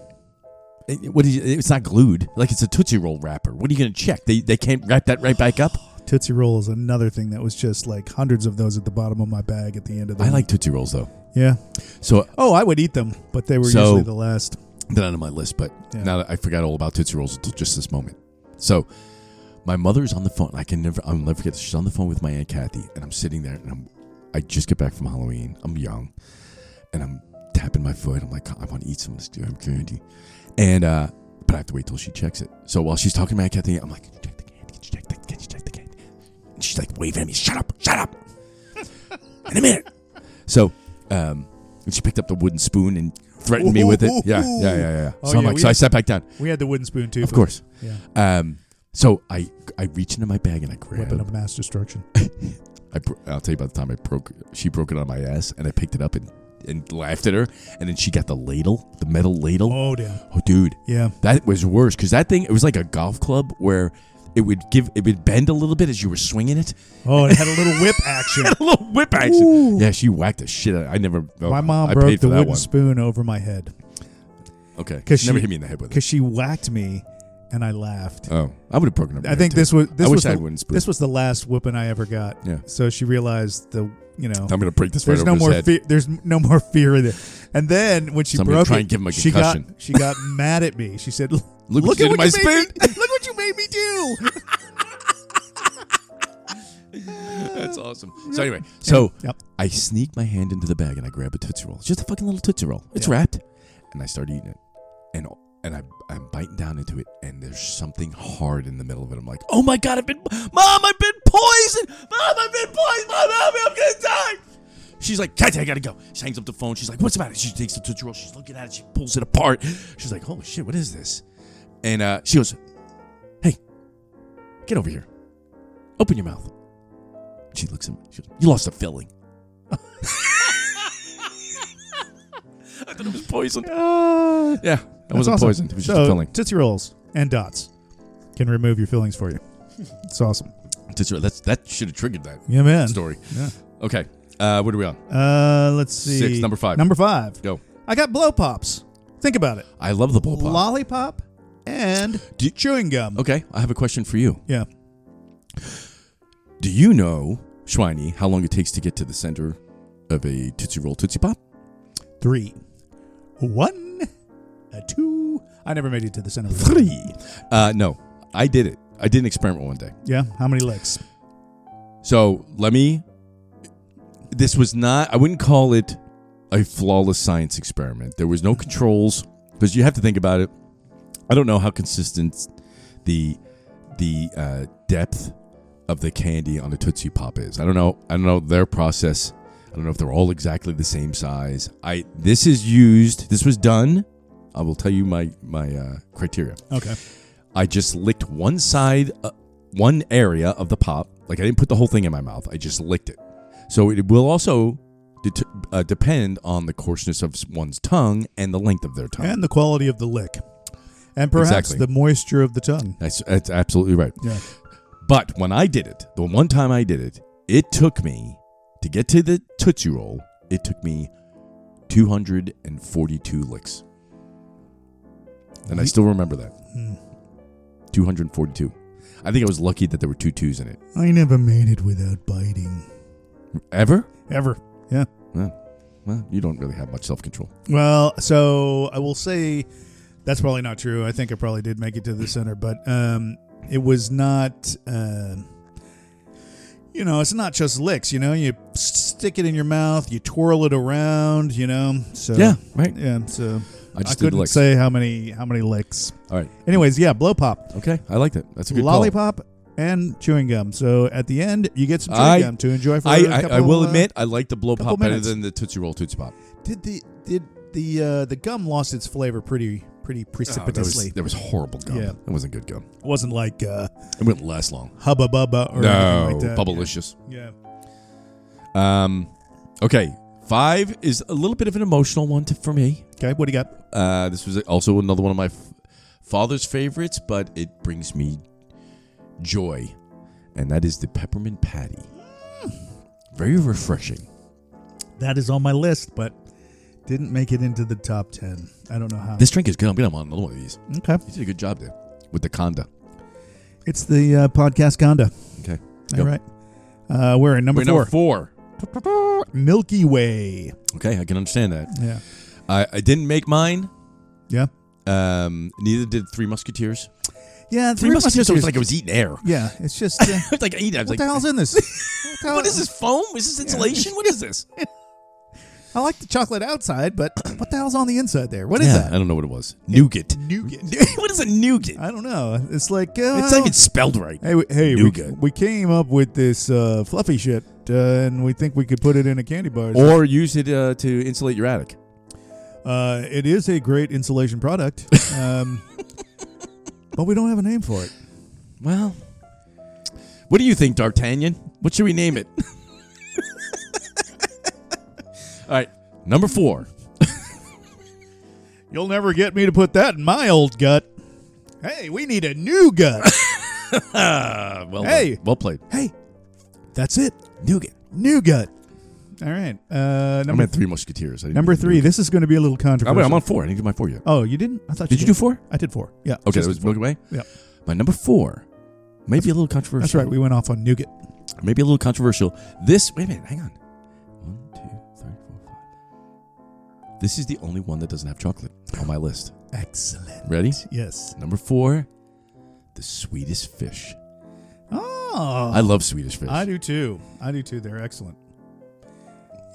S2: it- what is it's not glued. Like it's a Tootsie Roll wrapper. What are you gonna check? They they can't wrap that right back up.
S1: Tootsie Roll is another thing that was just like hundreds of those at the bottom of my bag at the end of the.
S2: I like Tootsie Rolls though.
S1: Yeah.
S2: So
S1: Oh, I would eat them, but they were
S2: So-
S1: usually the last.
S2: they're not on my list, but
S1: Yeah.
S2: now that I forgot all about Tootsie Rolls until just this moment. So my mother is on the phone. I can never I'll never forget this. She's on the phone with my Aunt Kathy and I'm sitting there and I'm I just get back from Halloween. I'm young. And I'm tapping my foot. I'm like, I want to eat some of this damn candy. And uh but I have to wait till she checks it. So while she's talking to my Aunt Kathy, I'm like, "Did you check the candy, Did you check the candy, Did you check the candy. And she's like waving at me, shut up, shut up. In a minute. So um and she picked up the wooden spoon and threatened me with it. Yeah, yeah, yeah, yeah. yeah.
S1: Oh,
S2: so I'm
S1: yeah,
S2: like,
S1: we
S2: so I
S1: had-
S2: sat back down.
S1: We had the wooden spoon too.
S2: Of
S1: but-
S2: course.
S1: Yeah.
S2: Um, so I I reach into my bag and I grab.
S1: Weapon of mass destruction.
S2: I bro- I'll tell you about the time I broke. She broke it on my ass, and I picked it up and and laughed at her. And then she got the ladle, the metal ladle. Oh,
S1: Oh damn.
S2: dude,
S1: Yeah.
S2: that was worse because that thing it was like a golf club where it would give it would bend a little bit as you were swinging it.
S1: Oh, it had a little whip action.
S2: a little whip action.
S1: Ooh.
S2: Yeah, she whacked the shit. out I never. oh,
S1: My mom
S2: I
S1: broke
S2: paid for
S1: the
S2: that
S1: wooden
S2: one.
S1: spoon over my head
S2: okay,
S1: 'cause
S2: she never
S1: she-
S2: hit me in the head with it.
S1: because she whacked me, and I laughed.
S2: Oh, I would have broken her.
S1: I think this was this
S2: I
S1: was
S2: wish I
S1: the,
S2: had wooden spoon.
S1: this was the last whooping I ever got.
S2: Yeah.
S1: So she realized the you know
S2: I'm gonna break this right
S1: there's
S2: over
S1: no
S2: his
S1: more
S2: head.
S1: fear. There's no more fear in it. And then when she
S2: So I'm gonna
S1: broke
S2: try
S1: it,
S2: and give him a
S1: she got
S2: concussion.
S1: she got mad at me. She said, "Look,
S2: Look what you
S1: at
S2: did
S1: what
S2: to my
S1: you made
S2: spoon.
S1: me- look what you made me do."
S2: That's awesome. So anyway, so
S1: Yep.
S2: I sneak my hand into the bag and I grab a tootsie roll. It's just a fucking little tootsie roll. It's
S1: Yeah.
S2: wrapped, and I start eating it, and and I I'm biting down into it, and there's something hard in the middle of it. I'm like, oh my god, I've been, mom, I've been poisoned, mom, I've been poisoned, mom, help me, I'm gonna die. She's like, Kathy, I gotta go. She hangs up the phone. She's like, what's the matter? She takes the tootsie roll. She's looking at it. She pulls it apart. She's like, holy shit, what is this? And uh, she goes, hey, get over here. Open your mouth. She looks at me. She goes, you lost a filling. I thought it was poisoned. yeah, that
S1: Ah. That's
S2: wasn't
S1: awesome.
S2: poisoned. It was just
S1: so,
S2: a filling.
S1: Tootsie rolls and dots can remove your fillings for you. It's awesome.
S2: Tootsie roll. That's, that should have triggered that
S1: Yeah, man.
S2: story.
S1: Yeah.
S2: Okay, uh, what are we on?
S1: Uh, let's see.
S2: Six, number five.
S1: Number five.
S2: Go.
S1: I got blow pops. Think about it.
S2: I love the bull pop.
S1: Lollipop and
S2: Do-
S1: chewing gum.
S2: okay, I have a question for you.
S1: Yeah.
S2: Do you know, Schweiny, how long it takes to get to the center of a Tootsie Roll Tootsie Pop?
S1: Three. One. A two. I never made it to the center. of the-
S2: Three. Uh, no, I did it. I did an experiment one day.
S1: Yeah. How many licks?
S2: So let me. This was not. I wouldn't call it a flawless science experiment. There was no controls because you have to think about it. I don't know how consistent the the uh, depth of the candy on a Tootsie Pop is. I don't know. I don't know their process. I don't know if they're all exactly the same size. I this is used. This was done. I will tell you my my uh, criteria.
S1: Okay.
S2: I just licked one side, uh, one area of the pop. Like I didn't put the whole thing in my mouth. I just licked it. So it will also det- uh, depend on the coarseness of one's tongue and the length of their tongue.
S1: And the quality of the lick. And perhaps
S2: Exactly.
S1: the moisture of the tongue.
S2: that's, that's absolutely right.
S1: Yeah.
S2: But when I did it, the one time I did it, it took me to get to the Tootsie Roll, it took me 242 licks. And I
S1: Ye-
S2: still remember that.
S1: Hmm.
S2: 242. I think I was lucky that there were two twos in it.
S1: I never made it without biting.
S2: Ever?
S1: Ever. Yeah.
S2: Yeah. Well, you don't really have much self control.
S1: Well, so I will say that's probably not true. I think I probably did make it to the center, but um, it was not. um you know, it's not just licks. You know, you s- stick it in your mouth, you twirl it around. You know, so
S2: Yeah, right.
S1: yeah. So
S2: I just did
S1: couldn't
S2: licks.
S1: say how many how many licks.
S2: All right.
S1: Anyways, yeah, blow pop,
S2: Okay. I liked it. That's a good call.
S1: lollipop, and chewing gum. So at the end, you get some chewing
S2: I-
S1: gum to enjoy for a
S2: I, I,
S1: couple
S2: I will
S1: uh,
S2: admit, I like the blow
S1: couple
S2: pop better
S1: minutes.
S2: than the Tootsie Roll Tootsie Pop.
S1: Did the did the uh, the gum lost its flavor pretty pretty
S2: Oh, that, was,
S1: precipitously?
S2: that was horrible gum.
S1: Yeah.
S2: That wasn't good gum.
S1: it wasn't like uh,
S2: It wouldn't last long.
S1: hubba bubba or
S2: no.
S1: anything like that.
S2: Bubblicious.
S1: Yeah.
S2: Um, okay. Five is a little bit of an emotional one to, for me.
S1: Okay. What do you got?
S2: Uh, this was also another one of my f- father's favorites, but it brings me joy, and that is the peppermint patty.
S1: Mm.
S2: Very refreshing.
S1: That is on my list, but didn't make it into the top ten. I don't know how.
S2: This drink is good. I'm gonna want another one of these.
S1: okay.
S2: You did a good job there with the conda.
S1: It's the uh, podcast Conda.
S2: Okay,
S1: All right.
S2: Yep.
S1: Uh, we're in number
S2: We're
S1: four.
S2: number four.
S1: Milky Way.
S2: Okay, I can understand that.
S1: Yeah.
S2: I, I didn't make mine.
S1: Yeah.
S2: Um, neither did Three Musketeers.
S1: Yeah.
S2: Three, Musketeers, was like I was eating air.
S1: yeah. It's just. Uh,
S2: It's like I eat. I was
S1: what
S2: like,
S1: the hell's in this? What, the hell-
S2: what is this foam? Is this insulation? What is this?
S1: I like the chocolate outside, but what the hell's on the inside there? What is
S2: Yeah,
S1: that?
S2: I don't know what it was. Nougat.
S1: Nougat.
S2: what is a nougat?
S1: I don't know. It's like uh,
S2: It's like it's spelled right.
S1: hey, we- hey, we,
S2: nougat.
S1: we came up with this uh, fluffy shit, uh, and we think we could put it in a candy bar.
S2: Or use it uh, to insulate your attic.
S1: Uh, it is a great insulation product, um, but we don't have a name for it.
S2: Well, what do you think, D'Artagnan? What should we name it? All right, number four.
S1: You'll never get me to put that in my old gut. Hey, we need a new gut.
S2: Uh, well,
S1: Hey.
S2: well played.
S1: hey, that's it.
S2: Nougat.
S1: New gut. All right. Uh,
S2: I'm
S1: number
S2: at three Musketeers. I didn't
S1: number
S2: do
S1: three.
S2: nougat.
S1: This is going to be a little
S2: Oh,
S1: controversial.
S2: wait, I'm on four. I didn't do my four yet.
S1: oh, you didn't? I thought
S2: Did you do four?
S1: I did four. Yeah.
S2: Okay,
S1: Just-
S2: that was Milky Way.
S1: Yeah.
S2: My number four, maybe a little controversial.
S1: that's right. We went off on nougat.
S2: maybe a little controversial. This, wait a minute, hang on. One, two, three, four, five. This is the only one that doesn't have chocolate on my list.
S1: Excellent.
S2: Ready?
S1: Yes.
S2: Number four, the sweetest fish.
S1: Oh,
S2: I love Swedish fish.
S1: I do too. I do too. They're excellent.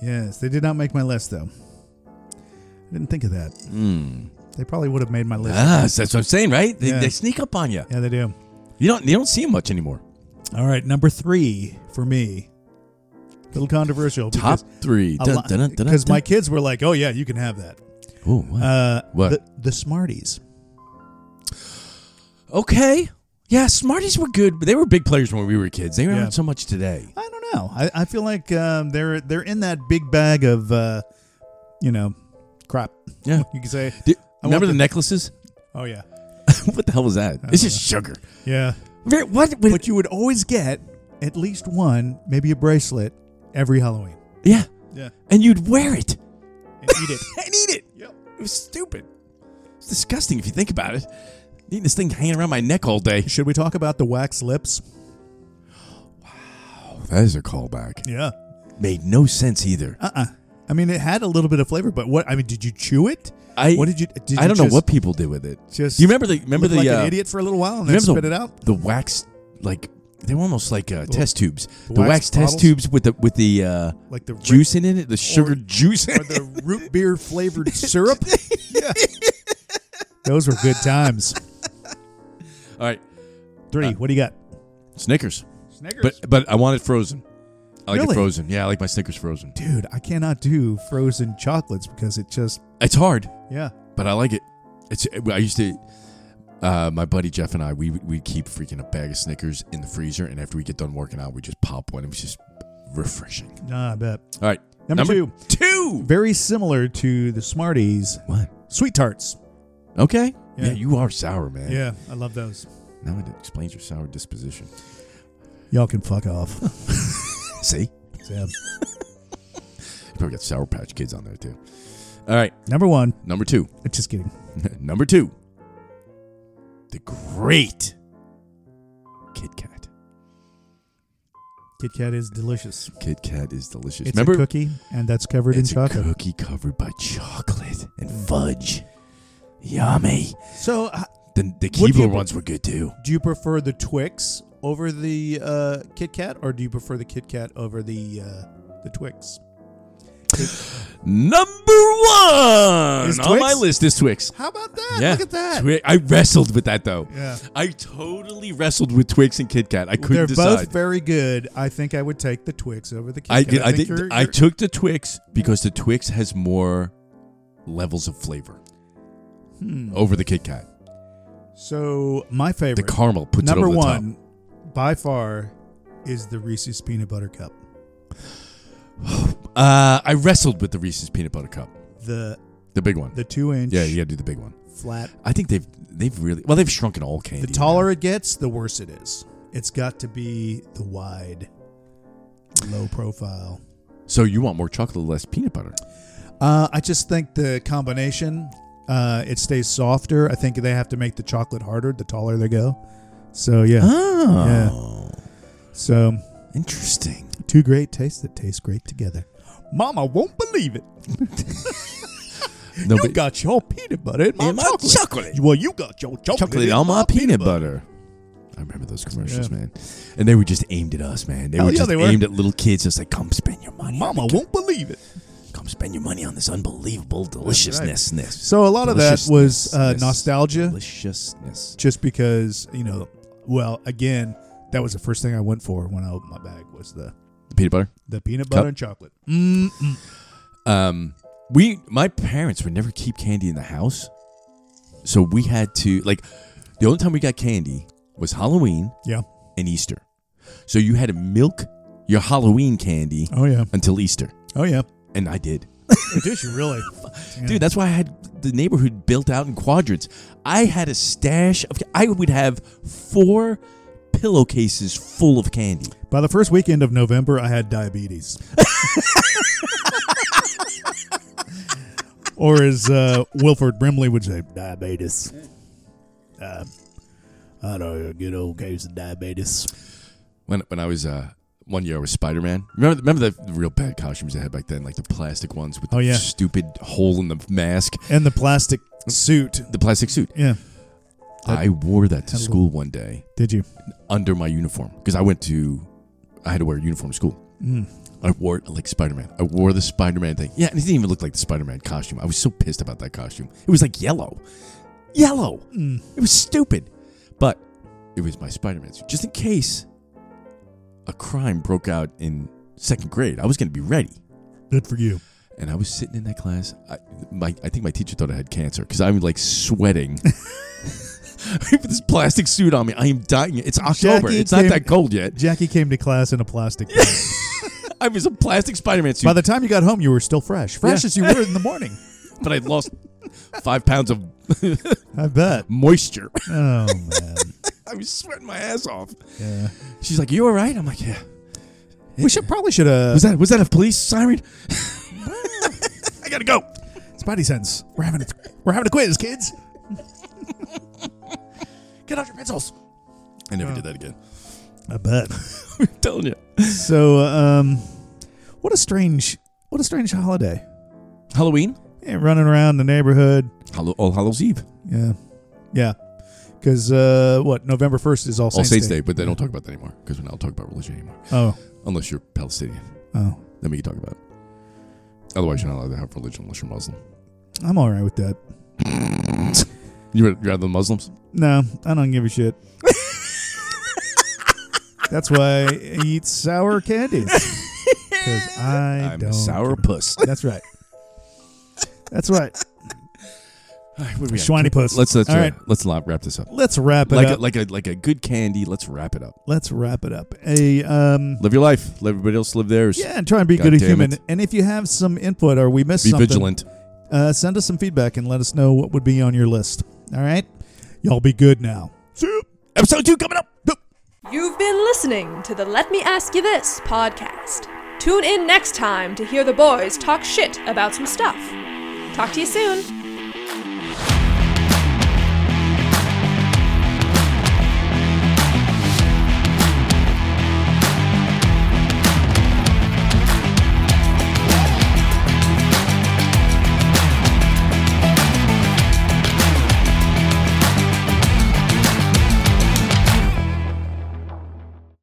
S1: Yes, they did not make my list though. I didn't think of that.
S2: Mm.
S1: They probably would have made my list.
S2: Ah, so that's what I'm saying, right? They,
S1: Yeah.
S2: they sneak up on you.
S1: Yeah, they do.
S2: You don't you don't see them much anymore.
S1: All right, number three for me. little controversial.
S2: Top three. Dun, dun, dun, dun,
S1: Because
S2: dun.
S1: my kids were like, "Oh yeah, you can have that."
S2: Oh, what?
S1: Uh,
S2: What?
S1: The, the Smarties.
S2: okay. Yeah, Smarties were good, but they were big players when we were kids. They
S1: Yeah.
S2: aren't so much today.
S1: I don't know. I, I feel like um, they're they're in that big bag of, uh, you know, crap.
S2: Yeah.
S1: You can say,
S2: Do-
S1: I want
S2: remember the
S1: the-
S2: necklaces?
S1: "Oh yeah,
S2: what the hell was that? It's just sugar.
S1: yeah."
S2: Very- What? what-
S1: But Uh, you would always get at least one, maybe a bracelet, every Halloween.
S2: yeah.
S1: Yeah.
S2: And you'd wear it
S1: And eat it.
S2: and eat it.
S1: Yep.
S2: It was stupid. It's disgusting if you think about it. Eating this thing hanging around my neck all day.
S1: Should we talk about the wax lips?
S2: Oh, that is a callback.
S1: Yeah.
S2: Made no sense either.
S1: Uh-uh. I mean, it had a little bit of flavor, but what? I mean, did you chew it?
S2: I
S1: what did you? Did
S2: I
S1: you
S2: don't
S1: just
S2: know what people did with it.
S1: Just
S2: Do you remember the remember
S1: look
S2: the
S1: like
S2: uh,
S1: an idiot for a little while and
S2: you
S1: then
S2: remember
S1: spit
S2: the-
S1: it out?
S2: the wax like they were almost like uh, test tubes. The,
S1: wax
S2: wax, test
S1: bottles?
S2: tubes with the with the uh,
S1: Like the
S2: juice in it, the sugar juice. In
S1: or
S2: it.
S1: the root beer flavored syrup. yeah. Those were good times. Uh,
S2: All right,
S1: Three. what do you got?
S2: Snickers.
S1: Snickers.
S2: But but I want it frozen. I like
S1: Really?
S2: it frozen. Yeah, I like my Snickers frozen.
S1: Dude, I cannot do frozen chocolates because it just
S2: It's hard.
S1: yeah.
S2: but I like it. It's I used to. Uh, my buddy Jeff and I, we we keep freaking a bag of Snickers in the freezer, and after we get done working out, we just pop one. It was just refreshing.
S1: Nah, I bet.
S2: All right,
S1: Number two.
S2: two.
S1: Very similar to the Smarties,
S2: What?
S1: sweet tarts.
S2: Okay.
S1: Yeah.
S2: Yeah. you are sour, man.
S1: Yeah, I love those.
S2: Now it explains your sour disposition.
S1: Y'all can fuck off.
S2: See, you
S1: Sam.
S2: probably got Sour Patch Kids on there too. All right,
S1: Number one.
S2: number two.
S1: Just kidding.
S2: number two. The great Kit Kat.
S1: Kit Kat is delicious.
S2: Kit Kat is delicious.
S1: It's
S2: Remember,
S1: a cookie, and that's covered
S2: it's
S1: in
S2: a
S1: chocolate.
S2: cookie covered by chocolate and fudge. Yummy.
S1: So, uh,
S2: The the
S1: Would you-
S2: Keebler ones were good too.
S1: do you prefer the Twix over the uh, Kit Kat, or do you prefer the Kit Kat over the uh, the Twix?
S2: Number one
S1: Is
S2: on my
S1: Twix?
S2: list is Twix.
S1: How about that?
S2: Yeah.
S1: Look at that.
S2: Twi- I wrestled with that though.
S1: Yeah.
S2: I totally wrestled with Twix and Kit Kat. I couldn't
S1: They're
S2: decide.
S1: both very good. I think I would take the Twix over the Kit Kat.
S2: I did, I,
S1: think
S2: did,
S1: you're-
S2: I
S1: you're-
S2: took the Twix because the Twix has more levels of flavor
S1: Hmm.
S2: over the Kit Kat.
S1: So my
S2: The
S1: favorite,
S2: caramel puts it
S1: number
S2: over the top.
S1: one, by far, is the Reese's peanut butter cup.
S2: Uh, I wrestled with the Reese's peanut butter cup,
S1: The
S2: the big one.
S1: the two inch,
S2: yeah, you got to do the big one.
S1: flat.
S2: I think they've they've really well they've shrunken all candy.
S1: The taller it gets, the worse it is. It's got to be the wide, low profile.
S2: So you want more chocolate, less peanut butter.
S1: Uh, I just think the combination, uh, it stays softer. I think they have to make the chocolate harder the taller they go. So yeah, Ah,
S2: Oh,
S1: so
S2: interesting.
S1: two great tastes that taste great together. Mama won't believe it.
S2: No,
S1: you
S2: but-
S1: got your peanut butter in my,
S2: In my
S1: chocolate.
S2: chocolate.
S1: Well, you got your chocolate,
S2: chocolate
S1: in
S2: on my peanut,
S1: butter.
S2: butter. I remember those commercials, man. And they were just aimed at us, man. They
S1: Hell
S2: were
S1: Oh, yeah,
S2: just
S1: they were.
S2: aimed at little kids. Just like, come spend your money.
S1: Mama
S2: on the-
S1: won't believe it.
S2: come spend your money on this unbelievable deliciousness. This
S1: So a lot of that was uh,
S2: Deliciousness.
S1: nostalgia,
S2: deliciousness.
S1: just because you know. Well, again, that was the first thing I went for when I opened my bag was the
S2: Peanut butter.
S1: the peanut butter
S2: Cup.
S1: and chocolate. Mm-mm.
S2: Um, we my parents would never keep candy in the house, so we had to like the only time we got candy was Halloween
S1: Yeah.
S2: and Easter. So you had to milk your Halloween candy
S1: Oh yeah.
S2: until Easter,
S1: Oh yeah.
S2: and I did.
S1: It is you really, Yeah.
S2: Dude, that's why I had the neighborhood built out in quadrants. I had a stash of. I would have four pillowcases full of candy.
S1: By the first weekend of November, I had diabetes. or as uh, Wilford Brimley would say, diabetes. Uh, I don't know, good old case of diabetes.
S2: When when I was uh one year I was Spider Man. Remember remember the real bad costumes they had back then, like the plastic ones with the
S1: Oh, yeah.
S2: stupid hole in the mask,
S1: And the plastic suit.
S2: the plastic suit.
S1: Yeah. That-
S2: I wore that to
S1: Hello.
S2: school one day
S1: Did you?
S2: under my uniform because I went to I had to wear a uniform to school.
S1: Mm.
S2: I wore it like Spider Man. I wore the Spider Man thing. Yeah, and it didn't even look like the Spider Man costume. I was so pissed about that costume. It was like yellow. Yellow.
S1: Mm.
S2: It was stupid. But it was my Spider Man suit. Just in case a crime broke out in second grade, I was going to be ready.
S1: Good for you.
S2: And I was sitting in that class. I, my, I think my teacher thought I had cancer because I'm like sweating. I have this plastic suit on me. I am dying. It's October.
S1: Jackie
S2: it's not
S1: came-
S2: that cold yet.
S1: Jackie came to class in a plastic bag.
S2: I was a plastic Spider Man suit.
S1: By the time you got home, you were still fresh. Fresh
S2: Yeah.
S1: as you were in the morning.
S2: but I lost five pounds of
S1: I bet.
S2: moisture.
S1: Oh, man.
S2: I was sweating my ass off.
S1: Yeah.
S2: She's like, "You all right?" I'm like, "Yeah."
S1: We should probably should have.
S2: Was that was that a police siren? I gotta go.
S1: Spidey sense. We're having a, we're having a quiz, kids. Get out your pencils.
S2: I never did that again.
S1: I bet.
S2: I'm telling you.
S1: so, um, what a strange, what a strange holiday.
S2: Halloween,
S1: Yeah, running around the neighborhood.
S2: Hallow- All Hallows Eve,
S1: Yeah, yeah. Because uh, what November first is all
S2: All
S1: Saints,
S2: Saints Day, but they don't talk about that anymore because we're not talk about religion anymore,
S1: Oh,
S2: unless you're Palestinian.
S1: oh,
S2: Then we can talk about. it. Otherwise, you're not allowed to have religion unless you're Muslim.
S1: I'm all right with that.
S2: You're you're the Muslims.
S1: No, I don't give a shit. That's why I eat sour candies. Because I
S2: I'm
S1: don't.
S2: a sour puss.
S1: That's right. That's right.
S2: What do we have?
S1: Schweiny puss.
S2: Let's let's uh,
S1: All right.
S2: let's not wrap this up.
S1: Let's wrap it
S2: Like
S1: up.
S2: a, like a like a good candy. Let's wrap it up.
S1: Let's wrap it up. A um,
S2: Live your life. Let everybody else live theirs.
S1: yeah, and try and be
S2: God
S1: good a
S2: damn
S1: human.
S2: it.
S1: And if you have some input or we missed
S2: Be
S1: something,
S2: vigilant.
S1: Uh, send us some feedback and let us know what would be on your list. All right, y'all be good now.
S2: Episode two coming up.
S3: You've been listening to the Let Me Ask You This podcast. Tune in next time to hear the boys talk shit about some stuff. Talk to you soon.